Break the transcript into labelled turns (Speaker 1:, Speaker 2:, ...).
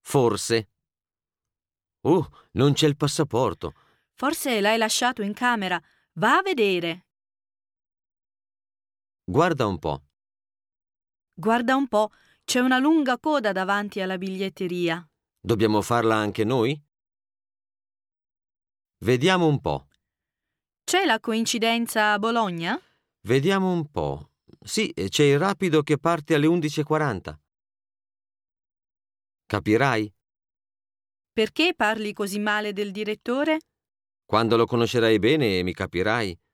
Speaker 1: Forse. Oh, non c'è il passaporto.
Speaker 2: Forse l'hai lasciato in camera. Va a vedere.
Speaker 1: Guarda un po'.
Speaker 2: Guarda un po', c'è una lunga coda davanti alla biglietteria.
Speaker 1: Dobbiamo farla anche noi? Vediamo un po'.
Speaker 2: C'è la coincidenza a Bologna?
Speaker 1: Vediamo un po'. Sì, eh, c'è il rapido che parte alle 11.40. Capirai?
Speaker 2: Perché parli così male del direttore?
Speaker 1: Quando lo conoscerai bene mi capirai.